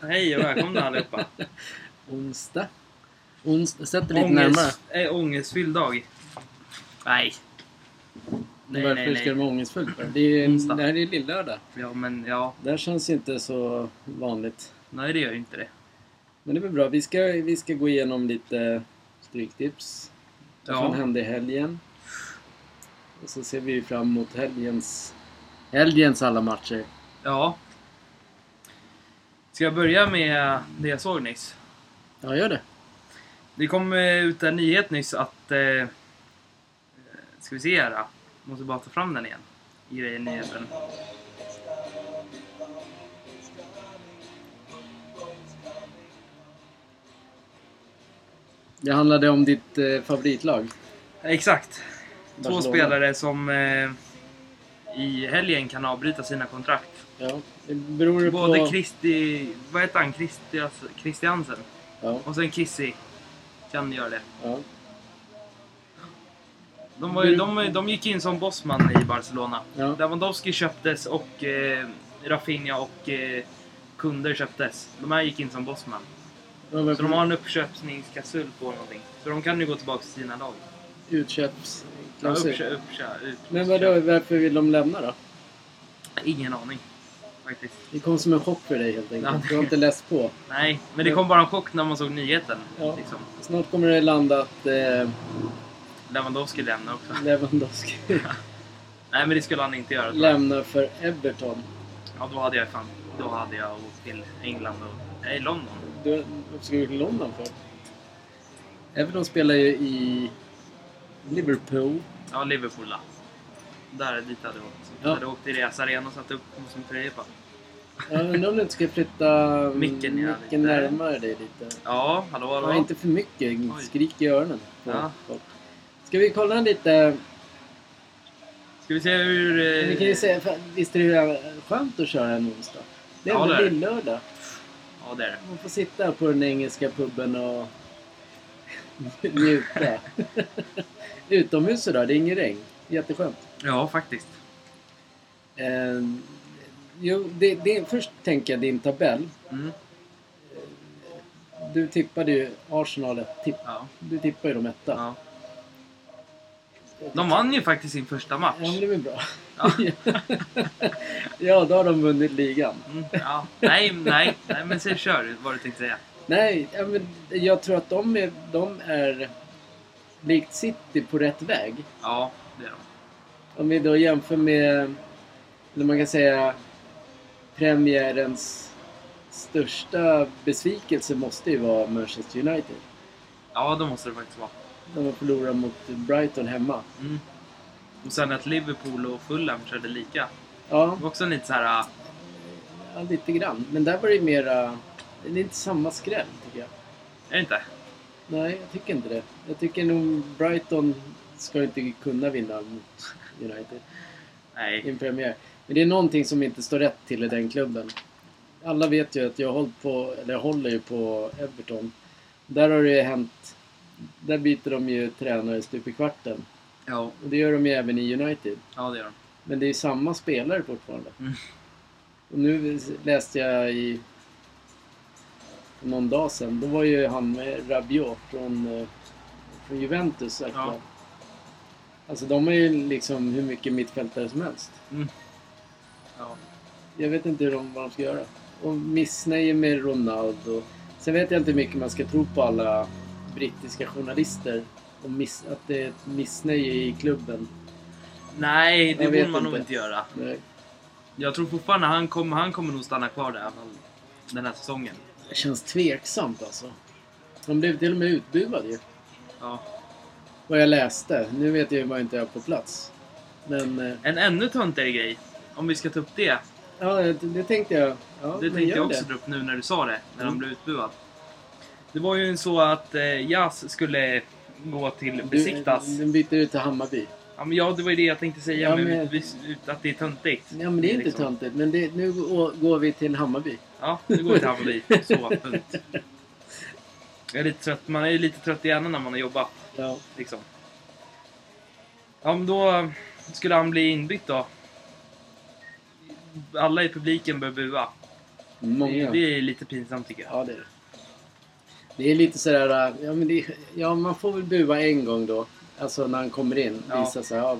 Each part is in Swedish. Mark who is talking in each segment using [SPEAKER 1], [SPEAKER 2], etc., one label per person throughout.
[SPEAKER 1] Hej och välkomna allihopa.
[SPEAKER 2] Onsdag. Ons... Sätt dig lite närmare.
[SPEAKER 1] Ångest, äh, ångestfylld dag. Nej. Nej,
[SPEAKER 2] Varför
[SPEAKER 1] nej,
[SPEAKER 2] ska det
[SPEAKER 1] nej.
[SPEAKER 2] vara ångestfullt? för? Det, är,
[SPEAKER 1] Onsdag.
[SPEAKER 2] det här är lillördag.
[SPEAKER 1] Ja, men ja.
[SPEAKER 2] Det här känns ju inte så vanligt.
[SPEAKER 1] Nej, det gör ju inte det.
[SPEAKER 2] Men det blir bra. Vi ska, vi ska gå igenom lite stryktips. Vad fan
[SPEAKER 1] Ja,
[SPEAKER 2] hände i helgen? Och så ser vi ju fram emot helgens, helgens alla matcher.
[SPEAKER 1] ja. Ska jag börja med det jag såg nyss?
[SPEAKER 2] Ja, gör det.
[SPEAKER 1] Det kom eh, ut en nyhet nyss att... Eh, eh, ska vi se här. då. Måste bara ta fram den igen. I det- i nyheten.
[SPEAKER 2] Det handlade om ditt eh, favoritlag.
[SPEAKER 1] Exakt. Två
[SPEAKER 2] Barcelona.
[SPEAKER 1] spelare som eh, i helgen kan avbryta sina kontrakt.
[SPEAKER 2] Ja, det beror
[SPEAKER 1] Både
[SPEAKER 2] på...
[SPEAKER 1] Kristi... Vad heter han? Christias, Christiansen?
[SPEAKER 2] ja,
[SPEAKER 1] Och sen Kissi kan göra det.
[SPEAKER 2] ja.
[SPEAKER 1] De, var ju, de, de gick in som bossman i Barcelona.
[SPEAKER 2] Ja.
[SPEAKER 1] Lewandowski köptes och eh, Rafinha och eh, kunder köptes. De här gick in som bossman.
[SPEAKER 2] De var
[SPEAKER 1] Så de har en uppköpningsklausul på någonting. Så de kan ju gå tillbaka till sina lag. Ja,
[SPEAKER 2] utköpsklausul.
[SPEAKER 1] uppkö, uppkö, ut,
[SPEAKER 2] Men vadå, varför vill de lämna då?
[SPEAKER 1] Ingen aning. Faktiskt.
[SPEAKER 2] Det kom som en chock för dig helt
[SPEAKER 1] Ja.
[SPEAKER 2] enkelt. Du har inte läst på.
[SPEAKER 1] Nej, men det kom bara en chock när man såg nyheten.
[SPEAKER 2] Ja.
[SPEAKER 1] Liksom.
[SPEAKER 2] Snart kommer det landa att eh,
[SPEAKER 1] Lewandowski lämnar också.
[SPEAKER 2] Lewandowski
[SPEAKER 1] Nej, men det skulle han inte göra. tror jag.
[SPEAKER 2] lämnar för Everton.
[SPEAKER 1] Ja, då hade jag fan... Då hade jag åkt till England och... Nej, London.
[SPEAKER 2] Du, varför ska du till London för? Everton spelar ju i Liverpool.
[SPEAKER 1] Ja, Liverpool då. Där dit hade jag åkt.
[SPEAKER 2] Ja.
[SPEAKER 1] Jag hade åkt till deras arena och satt upp som tröja på.
[SPEAKER 2] Jag undrar om du inte ska flytta mm,
[SPEAKER 1] Micken, ja,
[SPEAKER 2] micken
[SPEAKER 1] lite.
[SPEAKER 2] närmare dig lite.
[SPEAKER 1] Ja, hallå hallå.
[SPEAKER 2] Ja, inte för mycket.
[SPEAKER 1] Oj.
[SPEAKER 2] Skrik i öronen på
[SPEAKER 1] Ja.
[SPEAKER 2] folk. Ska vi kolla lite?
[SPEAKER 1] Ska vi se hur... eh,
[SPEAKER 2] Vi kan ju säga, för visst är det skönt att köra en onsdag? Det är
[SPEAKER 1] Ja,
[SPEAKER 2] ändå
[SPEAKER 1] det är det.
[SPEAKER 2] lillördag.
[SPEAKER 1] Ja, det är det.
[SPEAKER 2] Man får sitta på den engelska puben och njuta. Utomhus idag, det är ingen regn. Jätteskönt.
[SPEAKER 1] Ja, faktiskt.
[SPEAKER 2] Eh, jo, det, det, först tänker jag din tabell.
[SPEAKER 1] Mm.
[SPEAKER 2] Du tippade ju Arsenal ett tipp.
[SPEAKER 1] Ja,
[SPEAKER 2] Du tippade ju dem etta.
[SPEAKER 1] ja. De vann ju faktiskt sin första match.
[SPEAKER 2] Ja, men det är väl bra.
[SPEAKER 1] Ja.
[SPEAKER 2] ja, då har de vunnit ligan.
[SPEAKER 1] Mm, ja. Nej, nej, nej, men se, kör vad du tänkte säga.
[SPEAKER 2] Nej, ja, men jag tror att de är, de är likt City på rätt väg.
[SPEAKER 1] Ja, det är de.
[SPEAKER 2] Om vi då jämför med, eller man kan säga, premiärens största besvikelse måste ju vara Manchester United.
[SPEAKER 1] Ja, det måste det faktiskt vara.
[SPEAKER 2] De har förlorat mot Brighton hemma.
[SPEAKER 1] Mm. Och sen att Liverpool och Fulham körde lika.
[SPEAKER 2] Ja,
[SPEAKER 1] Det var också lite så här... ah,
[SPEAKER 2] ja lite grann. Men där var det ju mera, det är inte samma skräll tycker jag.
[SPEAKER 1] Är det inte?
[SPEAKER 2] Nej, jag tycker inte det. Jag tycker nog Brighton ska inte kunna vinna mot United i
[SPEAKER 1] Nej.
[SPEAKER 2] en premiär. Men det är någonting som inte står rätt till i den klubben. Alla vet ju att jag, har hållit på, eller jag håller ju på Everton. Där har det ju hänt... Där byter de ju tränare stup i kvarten.
[SPEAKER 1] Ja,
[SPEAKER 2] Och det gör de ju även i United.
[SPEAKER 1] ja det gör de.
[SPEAKER 2] Men det är ju samma spelare fortfarande.
[SPEAKER 1] Mm.
[SPEAKER 2] Och nu läste jag i... för Någon dag sedan. Då var ju han med Rabiot från, eh, från Juventus aktuell.
[SPEAKER 1] Ja.
[SPEAKER 2] Alltså de är ju liksom hur mycket mittfältare som helst.
[SPEAKER 1] Ja.
[SPEAKER 2] Jag vet inte hur de, vad de ska göra. Och missnöje med Ronaldo. Sen vet jag inte hur mycket man ska tro på alla brittiska journalister. Och miss, att det är ett missnöje i klubben.
[SPEAKER 1] Nej, det
[SPEAKER 2] Jag
[SPEAKER 1] borde
[SPEAKER 2] vet
[SPEAKER 1] man nog
[SPEAKER 2] inte.
[SPEAKER 1] inte göra.
[SPEAKER 2] Nej.
[SPEAKER 1] Jag tror fortfarande han kommer, han kommer nog stanna kvar där i alla fall den här säsongen.
[SPEAKER 2] Det känns tveksamt alltså. De blev till och med utbuade ju.
[SPEAKER 1] Ja.
[SPEAKER 2] Vad jag läste. Nu vet jag ju vad jag inte är på plats. Men eh,
[SPEAKER 1] En ännu töntigare grej, om vi ska ta upp det.
[SPEAKER 2] ja, det, det tänkte jag. Ja,
[SPEAKER 1] det
[SPEAKER 2] men
[SPEAKER 1] tänkte
[SPEAKER 2] gör
[SPEAKER 1] jag också
[SPEAKER 2] det.
[SPEAKER 1] dra upp nu när du sa det, när
[SPEAKER 2] Mm.
[SPEAKER 1] han blev utbuad. Det var ju så att eh, Jas skulle gå till Besiktas.
[SPEAKER 2] Du, den byter ut till Hammarby.
[SPEAKER 1] Ja, men ja, det var ju det jag tänkte säga,
[SPEAKER 2] Ja,
[SPEAKER 1] men,
[SPEAKER 2] men-
[SPEAKER 1] vis- ut- att det är töntigt.
[SPEAKER 2] Ja, men det är inte
[SPEAKER 1] liksom-
[SPEAKER 2] töntigt. Men det, nu går går vi till Hammarby.
[SPEAKER 1] Ja, nu går vi till Hammarby. Så, punkt. Jag är lite trött. Man är ju lite trött i hjärnan när man har jobbat.
[SPEAKER 2] Ja.
[SPEAKER 1] Liksom. Ja, men då eh, skulle han bli inbytt då. Alla i publiken började bua. Det,
[SPEAKER 2] Många.
[SPEAKER 1] det är lite pinsamt tycker jag.
[SPEAKER 2] Ja, det är det. Det är lite sådär... äh, Ja, men det, ja, man får väl bua en gång då. Alltså när han kommer in.
[SPEAKER 1] Ja.
[SPEAKER 2] Visa sig, ja,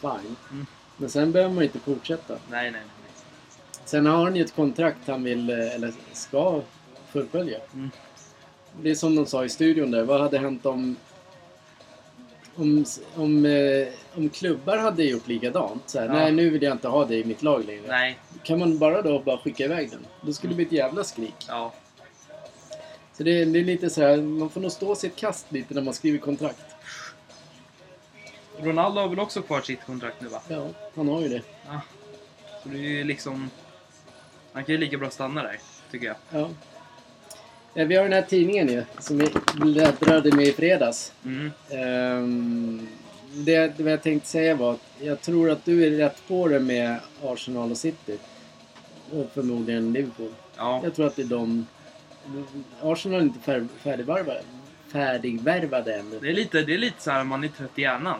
[SPEAKER 2] fine.
[SPEAKER 1] Mm.
[SPEAKER 2] Men sen behöver man ju inte fortsätta.
[SPEAKER 1] Nej, nej, nej.
[SPEAKER 2] Sen har han ju ett kontrakt han vill, eh, eller ska, fullfölja.
[SPEAKER 1] Mm.
[SPEAKER 2] Det är som de sa i studion där. Vad hade hänt om... Om, om, eh, om klubbar hade gjort likadant. Så här,
[SPEAKER 1] Ja.
[SPEAKER 2] Nej, nu vill jag inte ha dig i mitt lag längre.
[SPEAKER 1] Nej,
[SPEAKER 2] Kan man bara då bara skicka iväg den? Då skulle det bli ett jävla skrik.
[SPEAKER 1] ja.
[SPEAKER 2] Så det är, det är lite så här, man får nog stå sitt kast lite när man skriver kontrakt.
[SPEAKER 1] Ronaldo har väl också kvar sitt kontrakt nu va?
[SPEAKER 2] Ja, han har ju det.
[SPEAKER 1] Ja. Så det är ju liksom... Han kan ju lika bra stanna där, tycker jag.
[SPEAKER 2] Ja. Eh, Vi har den här tidningen ju, som vi bläddrade med i fredags.
[SPEAKER 1] Mm.
[SPEAKER 2] Ehm, det, det jag tänkte säga var att jag tror att du är rätt på det med Arsenal och City. Och förmodligen Liverpool.
[SPEAKER 1] Ja.
[SPEAKER 2] Jag tror att det är de... Arsenal är inte fär, färdigvarvade, färdigvärvade ännu.
[SPEAKER 1] Det är lite, det är lite så här man är trött i hjärnan.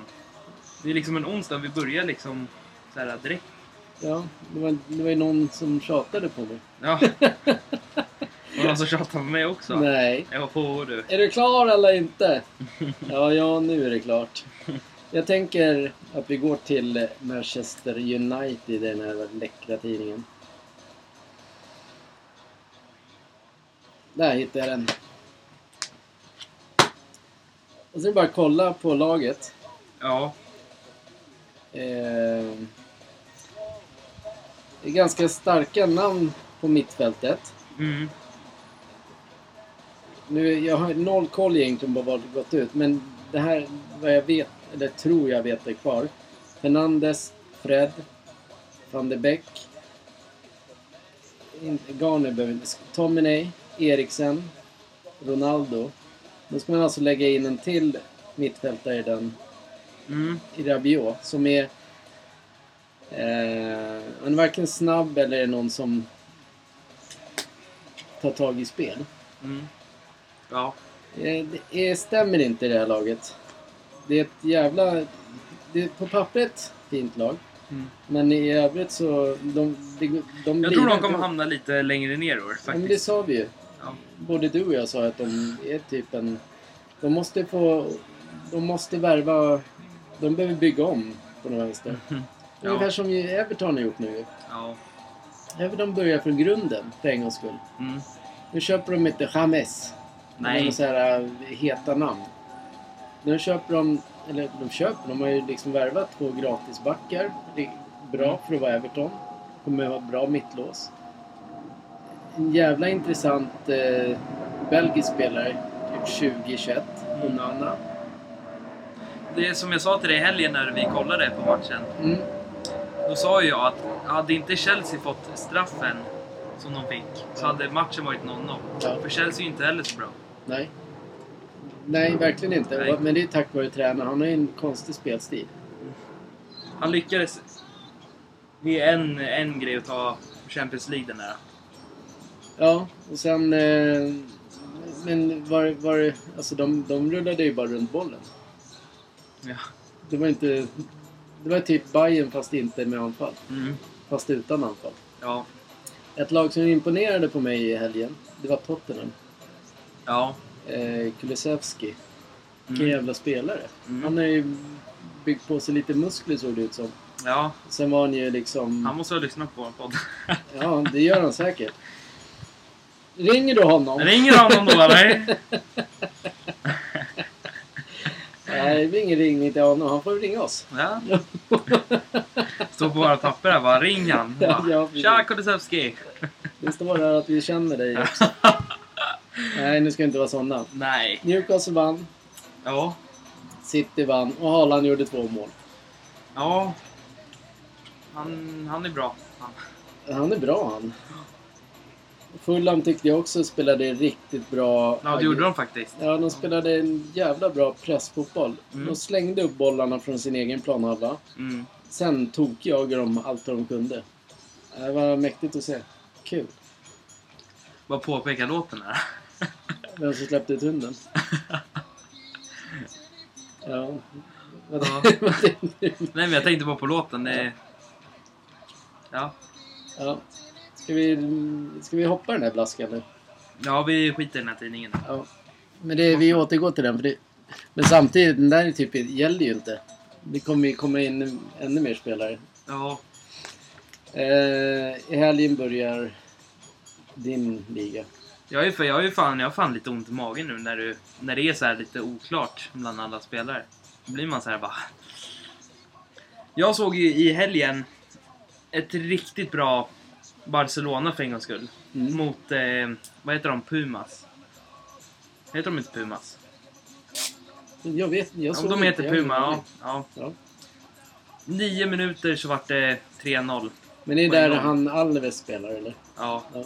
[SPEAKER 1] Det är liksom en onsdag, vi börjar liksom så här direkt.
[SPEAKER 2] Ja, det var, det var ju någon som tjatade på mig.
[SPEAKER 1] Ja. Och någon som tjatar på mig också.
[SPEAKER 2] Nej.
[SPEAKER 1] Jag var på du.
[SPEAKER 2] Är du klar eller inte? Ja, ja, nu är det klart. Jag tänker att vi går till Manchester United i den här läckra tidningen. Där hittade jag den. Och så är det bara att kolla på laget.
[SPEAKER 1] Ja.
[SPEAKER 2] Eh, det är ganska starka namn på mittfältet.
[SPEAKER 1] Mm.
[SPEAKER 2] Nu, jag har noll koll egentligen på vad det gått ut, men det här, vad jag vet, eller tror jag vet är kvar. Fernandes, Fred, van de Beek, in- Garner behöver inte, Tominey, Eriksen, Ronaldo. Då ska man alltså lägga in en till mittfältare i den,
[SPEAKER 1] Mm.
[SPEAKER 2] i Rabiot, som är... Eh, han är varken snabb eller är någon som tar tag i spel.
[SPEAKER 1] Mm. Ja.
[SPEAKER 2] Eh, Det är- stämmer inte i det här laget. Det är ett jävla... Det är på pappret fint lag.
[SPEAKER 1] Mm.
[SPEAKER 2] Men i övrigt så... De, de, de
[SPEAKER 1] Jag
[SPEAKER 2] lirar
[SPEAKER 1] tror de
[SPEAKER 2] inte-
[SPEAKER 1] kommer hamna lite längre ner i år
[SPEAKER 2] Ja, men det
[SPEAKER 1] faktiskt.
[SPEAKER 2] sa vi ju.
[SPEAKER 1] Ja.
[SPEAKER 2] Både du och jag sa att de är typ en... De måste få... De måste värva... De behöver bygga om på något vänster.
[SPEAKER 1] Mhm. Ja.
[SPEAKER 2] Ungefär som ju Everton har gjort nu.
[SPEAKER 1] ja.
[SPEAKER 2] Everton börjar från grunden för en gångs skull.
[SPEAKER 1] Mm.
[SPEAKER 2] Nu köper de inte James.
[SPEAKER 1] Nej.
[SPEAKER 2] Nej. Så här, äh, heta namn. Nu köper de, eller de köper, de har ju liksom värvat två gratisbackar. Det är
[SPEAKER 1] Mm.
[SPEAKER 2] bra för att vara Everton. Kommer ha bra mittlås. En jävla intressant eh, belgisk spelare, typ 20-21,
[SPEAKER 1] Mm.
[SPEAKER 2] Onana.
[SPEAKER 1] Det är som jag sa till dig i helgen när vi kollade på matchen.
[SPEAKER 2] Mm.
[SPEAKER 1] Då sa ju jag att hade inte Chelsea fått straffen som de fick så hade matchen varit 0-0.
[SPEAKER 2] Ja.
[SPEAKER 1] För Chelsea är ju inte heller så bra.
[SPEAKER 2] Nej. Nej, verkligen inte.
[SPEAKER 1] Nej.
[SPEAKER 2] Men det är tack vare tränaren. Han har ju en konstig spelstil.
[SPEAKER 1] Han lyckades... Det är en, en grej att ta Champions League den där.
[SPEAKER 2] Ja, och sen... Eh, men var, var Alltså de, de rullade ju bara runt bollen.
[SPEAKER 1] Ja.
[SPEAKER 2] Det var inte... Det var typ Bayern fast inte med anfall.
[SPEAKER 1] Mm.
[SPEAKER 2] Fast utan anfall.
[SPEAKER 1] Ja.
[SPEAKER 2] Ett lag som imponerade på mig i helgen, det var Tottenham.
[SPEAKER 1] Ja.
[SPEAKER 2] Eh, Kulusevski. Vilken
[SPEAKER 1] Mm.
[SPEAKER 2] jävla spelare.
[SPEAKER 1] Mm.
[SPEAKER 2] Han har ju byggt på sig lite muskler såg det ut som.
[SPEAKER 1] ja.
[SPEAKER 2] Sen var han ju liksom...
[SPEAKER 1] Han måste ha lyssnat på vår podd.
[SPEAKER 2] Ja, det gör han säkert. Ringer du honom?
[SPEAKER 1] Ringer honom då eller?
[SPEAKER 2] Nej, det blir ingen ringning till honom. Han får väl ringa oss.
[SPEAKER 1] Ja. Står på våra papper här bara. Ring han.
[SPEAKER 2] Ja, ja,
[SPEAKER 1] Bara,
[SPEAKER 2] precis.
[SPEAKER 1] Tja Kulusevski!
[SPEAKER 2] Det står här att vi känner dig också. Nej, nu ska vi inte vara sådana.
[SPEAKER 1] Nej.
[SPEAKER 2] Newcastle vann,
[SPEAKER 1] Ja.
[SPEAKER 2] City vann och Haaland gjorde två mål.
[SPEAKER 1] Ja. Han, han är bra. Han.
[SPEAKER 2] Han är bra han. Fulham tyckte jag också spelade riktigt bra.
[SPEAKER 1] Ja, det gjorde de faktiskt.
[SPEAKER 2] Ja, de spelade en jävla bra pressfotboll.
[SPEAKER 1] Mm.
[SPEAKER 2] De slängde upp bollarna från sin egen planhalva.
[SPEAKER 1] Mm.
[SPEAKER 2] Sen tog jag dem allt vad de kunde. Det var mäktigt att se. Kul.
[SPEAKER 1] Bara påpeka låten här.
[SPEAKER 2] Vem som släppte ut hunden? Ja. Vad
[SPEAKER 1] Ja.
[SPEAKER 2] vad tänkte du?
[SPEAKER 1] Nej men jag tänkte bara på låten. Det... Ja.
[SPEAKER 2] Ja. Ska vi, ska vi hoppa den här blaskan nu?
[SPEAKER 1] Ja, vi skiter i den här tidningen.
[SPEAKER 2] Ja. Men det, vi återgår till den. För det, men samtidigt, den där typ gäller ju inte. Det kommer ju komma in ännu mer spelare.
[SPEAKER 1] Ja,
[SPEAKER 2] Eh, I helgen börjar din liga.
[SPEAKER 1] jag är, för, jag är fan, jag har fan lite ont i magen nu när, du, när det är så här lite oklart bland alla spelare. Då blir man så här bara... Jag såg ju i helgen ett riktigt bra Barcelona för en gångs skull.
[SPEAKER 2] Mm.
[SPEAKER 1] Mot, eh, vad heter de, Pumas? Heter de inte Pumas?
[SPEAKER 2] Jag vet jag
[SPEAKER 1] Om
[SPEAKER 2] såg
[SPEAKER 1] de
[SPEAKER 2] inte,
[SPEAKER 1] heter
[SPEAKER 2] jag har ingen
[SPEAKER 1] Puma,
[SPEAKER 2] aning.
[SPEAKER 1] ja, ja.
[SPEAKER 2] ja.
[SPEAKER 1] Nio minuter så vart det 3-0.
[SPEAKER 2] Men det är
[SPEAKER 1] På en
[SPEAKER 2] där
[SPEAKER 1] gång.
[SPEAKER 2] han Alves spelar eller?
[SPEAKER 1] Ja.
[SPEAKER 2] Ja.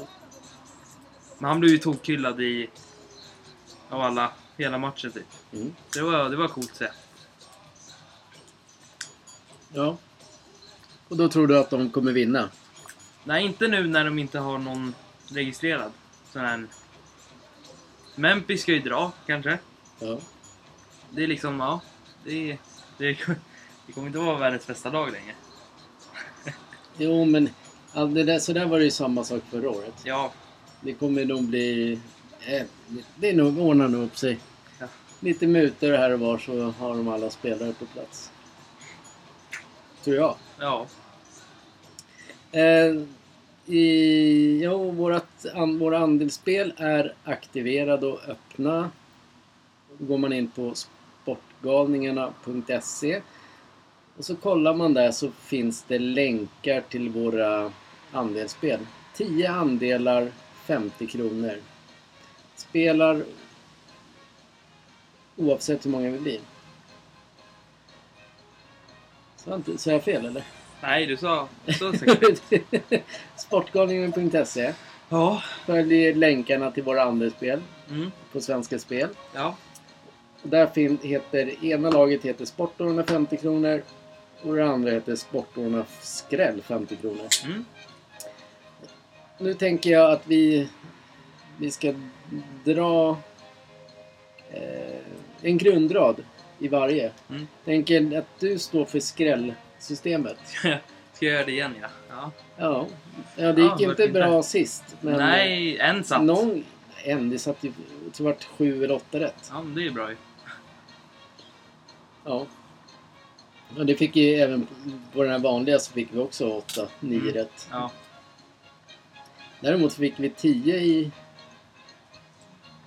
[SPEAKER 1] Men han blev ju tokkyllad i... Av alla. Hela matchen typ.
[SPEAKER 2] Mm.
[SPEAKER 1] Det var, det var coolt att se.
[SPEAKER 2] ja. Och då tror du att de kommer vinna?
[SPEAKER 1] Nej, inte nu när de inte har någon registrerad. Sån här... Memphis ska ju dra, kanske.
[SPEAKER 2] Ja.
[SPEAKER 1] Det är liksom, ja. Det, är- det, är- det kommer inte vara världens bästa lag längre.
[SPEAKER 2] Jo men, all det där, så där var det ju samma sak förra året.
[SPEAKER 1] Ja,
[SPEAKER 2] Det kommer nog bli... eh, Det är nog, ordnar nog upp sig.
[SPEAKER 1] Ja.
[SPEAKER 2] Lite mutor här och var så har de alla spelare på plats. Tror jag.
[SPEAKER 1] ja.
[SPEAKER 2] Eh, i, ja, vårat, an, våra andelsspel är aktiverade och öppna. Då går man in på sportgalningarna.se och så kollar man där så finns det länkar till våra andelsspel. 10 andelar, 50 kronor. Spelar oavsett hur många vi blir. Så jag inte- sa jag fel eller?
[SPEAKER 1] Nej, du sa, du sa säkert det.
[SPEAKER 2] Sportgalningen.se
[SPEAKER 1] Ja.
[SPEAKER 2] Följ länkarna till våra andra spel
[SPEAKER 1] Mm,
[SPEAKER 2] på Svenska Spel.
[SPEAKER 1] ja.
[SPEAKER 2] Och Där fin- heter, ena laget heter Sportorna 50 kronor och det andra heter Sportorna Skräll 50 kronor.
[SPEAKER 1] Mm.
[SPEAKER 2] Nu tänker jag att vi, vi ska dra eh, en grundrad i varje.
[SPEAKER 1] Mm.
[SPEAKER 2] Tänker att du står för skrällsystemet.
[SPEAKER 1] Ska jag göra det igen, ja. ja.
[SPEAKER 2] Ja, ja
[SPEAKER 1] Ja,
[SPEAKER 2] det gick
[SPEAKER 1] varför
[SPEAKER 2] inte
[SPEAKER 1] inte?
[SPEAKER 2] bra sist. Men
[SPEAKER 1] Nej, en satt.
[SPEAKER 2] Någon, en, det satt ju, jag tror det vart sju eller åtta rätt.
[SPEAKER 1] Ja, men det är ju bra ju.
[SPEAKER 2] Ja. Och det fick ju även på den här vanliga så fick vi också åtta, nio
[SPEAKER 1] Mm.
[SPEAKER 2] rätt.
[SPEAKER 1] Ja.
[SPEAKER 2] Däremot fick vi tio i...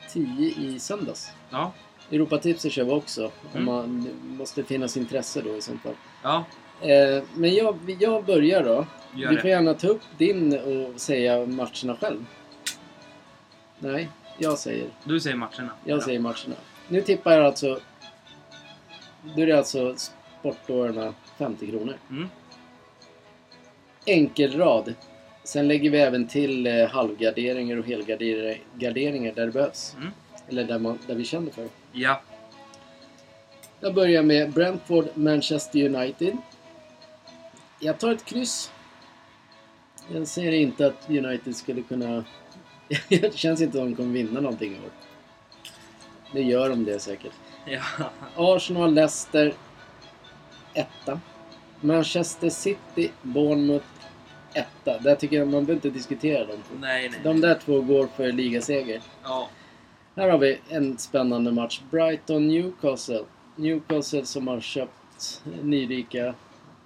[SPEAKER 2] Tio i söndags.
[SPEAKER 1] Ja.
[SPEAKER 2] Europatipset kör vi också. Om
[SPEAKER 1] Mm.
[SPEAKER 2] man, det måste finnas intresse då i sånt fall.
[SPEAKER 1] Ja,
[SPEAKER 2] Eh, men jag, jag börjar då.
[SPEAKER 1] gör
[SPEAKER 2] du får
[SPEAKER 1] det.
[SPEAKER 2] gärna ta upp din och säga matcherna själv. Nej, jag säger.
[SPEAKER 1] Du säger matcherna.
[SPEAKER 2] Jag
[SPEAKER 1] Ja.
[SPEAKER 2] säger matcherna. Nu tippar jag alltså... Då är det alltså sportdårarna 50 kronor.
[SPEAKER 1] Mm.
[SPEAKER 2] Enkelrad. Sen lägger vi även till eh, halvgarderingar och helgarderingar garderingar där det behövs.
[SPEAKER 1] Mm.
[SPEAKER 2] Eller där, man, där vi känner för.
[SPEAKER 1] Ja.
[SPEAKER 2] Jag börjar med Brentford, Manchester United. Jag tar ett kryss. Jag ser inte att United skulle kunna... det känns inte som de kommer vinna någonting i år. Det gör de det säkert.
[SPEAKER 1] Ja.
[SPEAKER 2] Arsenal, Leicester, etta. Manchester City, Bournemouth, etta. Där tycker jag man behöver inte diskutera dem.
[SPEAKER 1] Nej, nej.
[SPEAKER 2] De där två går för ligaseger.
[SPEAKER 1] Ja.
[SPEAKER 2] Här har vi en spännande match. Brighton-Newcastle. Newcastle som har köpt nyrika.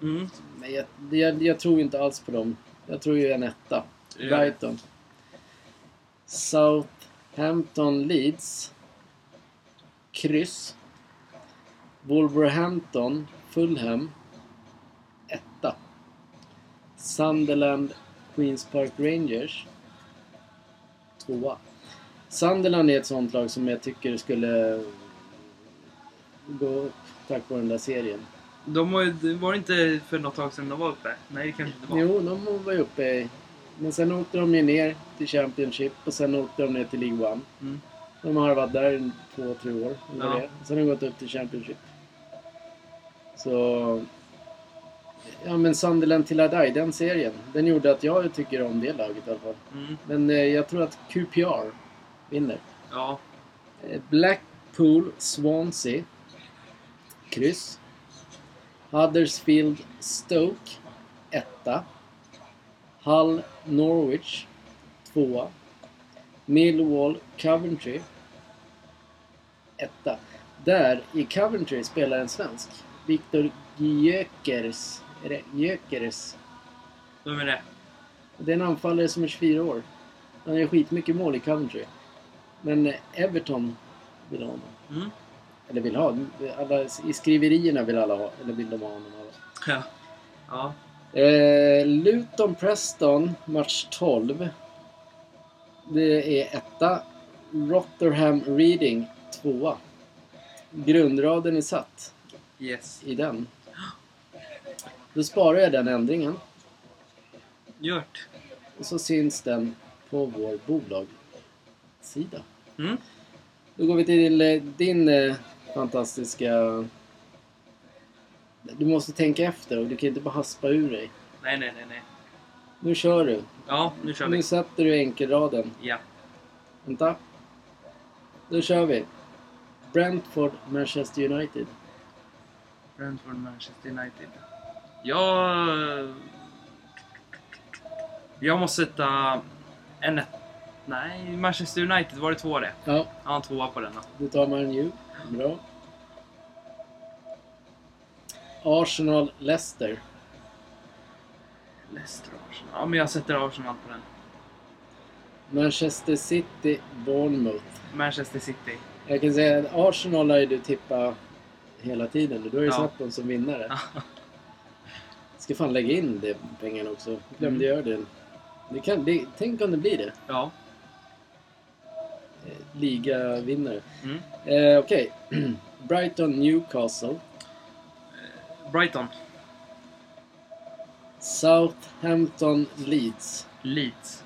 [SPEAKER 1] Mm.
[SPEAKER 2] Men jag, jag, jag tror inte alls på dem. Jag tror ju en etta.
[SPEAKER 1] Ja.
[SPEAKER 2] Brighton. Southampton-Leeds. Kryss. Wolverhampton-Fulham. Etta. Sunderland-Queens Park Rangers. Tvåa. Sunderland är ett sånt lag som jag tycker skulle gå upp tack vare den där serien.
[SPEAKER 1] De var, ju- det var inte för något tag sedan de var uppe? Nej, det kanske inte var.
[SPEAKER 2] Jo, de var ju uppe i... Men sen åkte de ju ner till Championship och sen åkte de ner till League One.
[SPEAKER 1] Mm.
[SPEAKER 2] De har varit där i två, tre år. eller vad
[SPEAKER 1] Ja.
[SPEAKER 2] det är. Sen har de gått upp till Championship. Så... Ja men Sunderland till Adai, den serien. Den gjorde att jag tycker om det laget i alla fall.
[SPEAKER 1] Mm.
[SPEAKER 2] Men eh, jag tror att QPR vinner.
[SPEAKER 1] Ja.
[SPEAKER 2] Eh, Blackpool, Swansea. Kryss. Huddersfield, Stoke. Etta. Hull Norwich tvåa. Millwall Coventry etta. Där i Coventry spelar en svensk. Viktor Gyökeres. är det Gyökeres.
[SPEAKER 1] Vem är det?
[SPEAKER 2] Det är en anfallare som är 24 år. Han gör skitmycket mål i Coventry. Men Everton vill ha honom.
[SPEAKER 1] Mm.
[SPEAKER 2] Eller vill ha. Alla, I skriverierna vill alla ha. Eller vill de ha honom. Alla.
[SPEAKER 1] Ja. Ja.
[SPEAKER 2] Eh, Luton Preston, match 12. Det är etta. Rotherham Reading, tvåa. Grundraden är satt
[SPEAKER 1] Yes.
[SPEAKER 2] i den. Då sparar jag den ändringen
[SPEAKER 1] Gjort.
[SPEAKER 2] och så syns den på vår bolagssida.
[SPEAKER 1] Mm.
[SPEAKER 2] Då går vi till eh, din eh, fantastiska... Du måste tänka efter och du kan inte bara haspa ur dig.
[SPEAKER 1] Nej, nej, nej, nej.
[SPEAKER 2] Nu kör du.
[SPEAKER 1] Ja, nu kör
[SPEAKER 2] Nu
[SPEAKER 1] vi.
[SPEAKER 2] sätter du enkelraden.
[SPEAKER 1] Ja.
[SPEAKER 2] Vänta. Då kör vi. Brentford, Manchester United.
[SPEAKER 1] Brentford, Manchester United. Jag... Jag måste sätta en... Nej, Manchester United. Var det två det?
[SPEAKER 2] Ja,
[SPEAKER 1] Ja, en tvåa på den då.
[SPEAKER 2] du tar Man U. Bra. Arsenal, Leicester.
[SPEAKER 1] Leicester och Arsenal. Ja, men jag sätter Arsenal på den.
[SPEAKER 2] Manchester City, Bournemouth.
[SPEAKER 1] Manchester City.
[SPEAKER 2] Jag kan säga att Arsenal har ju du tippat hela tiden. Du har ju
[SPEAKER 1] Ja.
[SPEAKER 2] satt dem som vinnare. Ska fan lägga in de pengarna också. Glömde
[SPEAKER 1] Mm.
[SPEAKER 2] göra det. det, kan, det. Tänk om det blir det.
[SPEAKER 1] Ja.
[SPEAKER 2] Eh, Ligavinnare.
[SPEAKER 1] Mm.
[SPEAKER 2] Eh, Okej. Brighton, Newcastle.
[SPEAKER 1] Brighton.
[SPEAKER 2] Southampton, Leeds.
[SPEAKER 1] Leeds.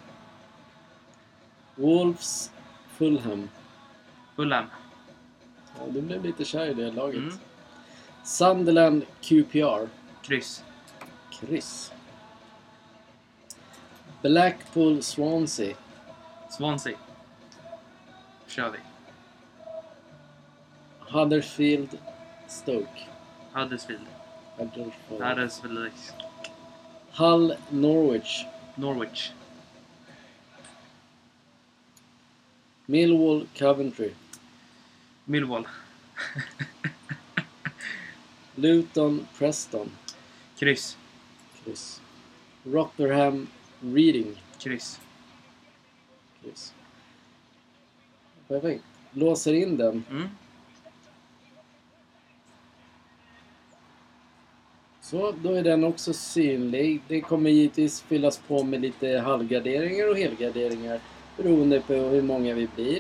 [SPEAKER 2] Wolves, Fulham.
[SPEAKER 1] Fulham.
[SPEAKER 2] Ja, du blev lite kär i det laget.
[SPEAKER 1] Mm.
[SPEAKER 2] Sunderland, QPR.
[SPEAKER 1] Kryss.
[SPEAKER 2] Kryss. Blackpool, Swansea.
[SPEAKER 1] Swansea. kör vi.
[SPEAKER 2] Huddersfield, Stoke.
[SPEAKER 1] Huddersfield.
[SPEAKER 2] Huddersfield.
[SPEAKER 1] Huddersfield.
[SPEAKER 2] Hull, Norwich.
[SPEAKER 1] Norwich.
[SPEAKER 2] Millwall, Coventry.
[SPEAKER 1] Millwall.
[SPEAKER 2] Luton, Preston.
[SPEAKER 1] Kryss.
[SPEAKER 2] Kryss. Rotherham, Reading.
[SPEAKER 1] Kryss.
[SPEAKER 2] Kryss. Perfekt. Låser in den.
[SPEAKER 1] Mm.
[SPEAKER 2] Så, då är den också synlig. Det kommer givetvis fyllas på med lite halvgarderingar och helgarderingar beroende på hur många vi blir.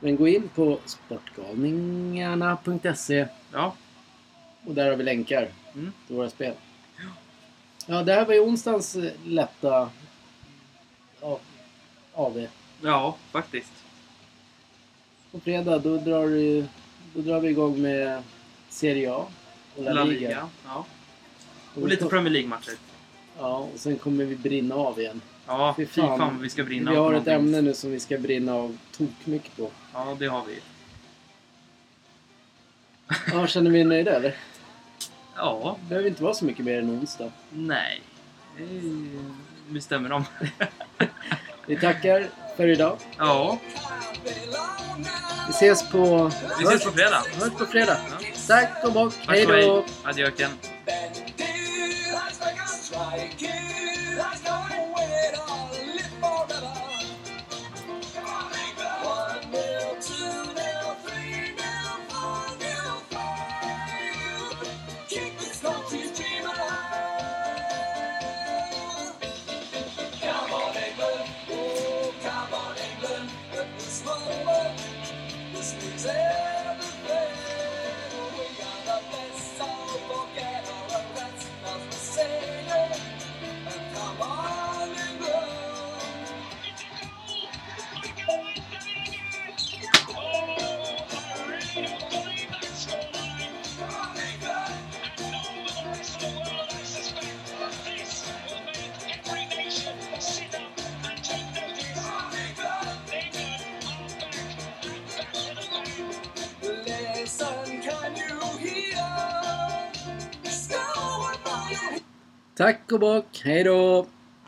[SPEAKER 2] Men gå in på sportgalningarna.se
[SPEAKER 1] Ja.
[SPEAKER 2] och där har vi länkar
[SPEAKER 1] Mm.
[SPEAKER 2] till våra spel. Ja, det här var ju onsdagens eh, lätta ja, AV.
[SPEAKER 1] Ja, faktiskt.
[SPEAKER 2] På fredag då drar, du- då drar vi igång med Serie A och La Liga.
[SPEAKER 1] Ja.
[SPEAKER 2] Och
[SPEAKER 1] Och
[SPEAKER 2] vi
[SPEAKER 1] lite
[SPEAKER 2] kom-
[SPEAKER 1] Premier League-matcher.
[SPEAKER 2] Ja, och sen kommer vi brinna av igen.
[SPEAKER 1] Ja,
[SPEAKER 2] Fy
[SPEAKER 1] fy
[SPEAKER 2] fan.
[SPEAKER 1] fan, vad vi ska brinna
[SPEAKER 2] Vi
[SPEAKER 1] av
[SPEAKER 2] har ett
[SPEAKER 1] någonting.
[SPEAKER 2] ämne nu som vi ska brinna av tokmycket på.
[SPEAKER 1] Ja, det har vi.
[SPEAKER 2] Ja, känner vi er nöjda eller?
[SPEAKER 1] Ja,
[SPEAKER 2] Det behöver inte vara så mycket mer än onsdag.
[SPEAKER 1] nej. Eh, Vi stämmer om.
[SPEAKER 2] Vi tackar för idag.
[SPEAKER 1] Ja,
[SPEAKER 2] Vi ses på...
[SPEAKER 1] vi ses på fredag.
[SPEAKER 2] Hörs på fredag.
[SPEAKER 1] Ja.
[SPEAKER 2] Tack och bock.
[SPEAKER 1] Tack
[SPEAKER 2] Hej
[SPEAKER 1] och
[SPEAKER 2] då!
[SPEAKER 1] hej. Adjöken.
[SPEAKER 3] Then did I strike a strike? Did I strike where I live forever? One nil, two nil, three nil, four nil, five. Keep this country's dream alive. Come on, England! Oh, come on, England! At this moment, this means everything. We are the best, so forget all regrets. Now we sing it, and come on, England! Listen, can you hear? Snow and fire.
[SPEAKER 2] Tack och bock. Hej då!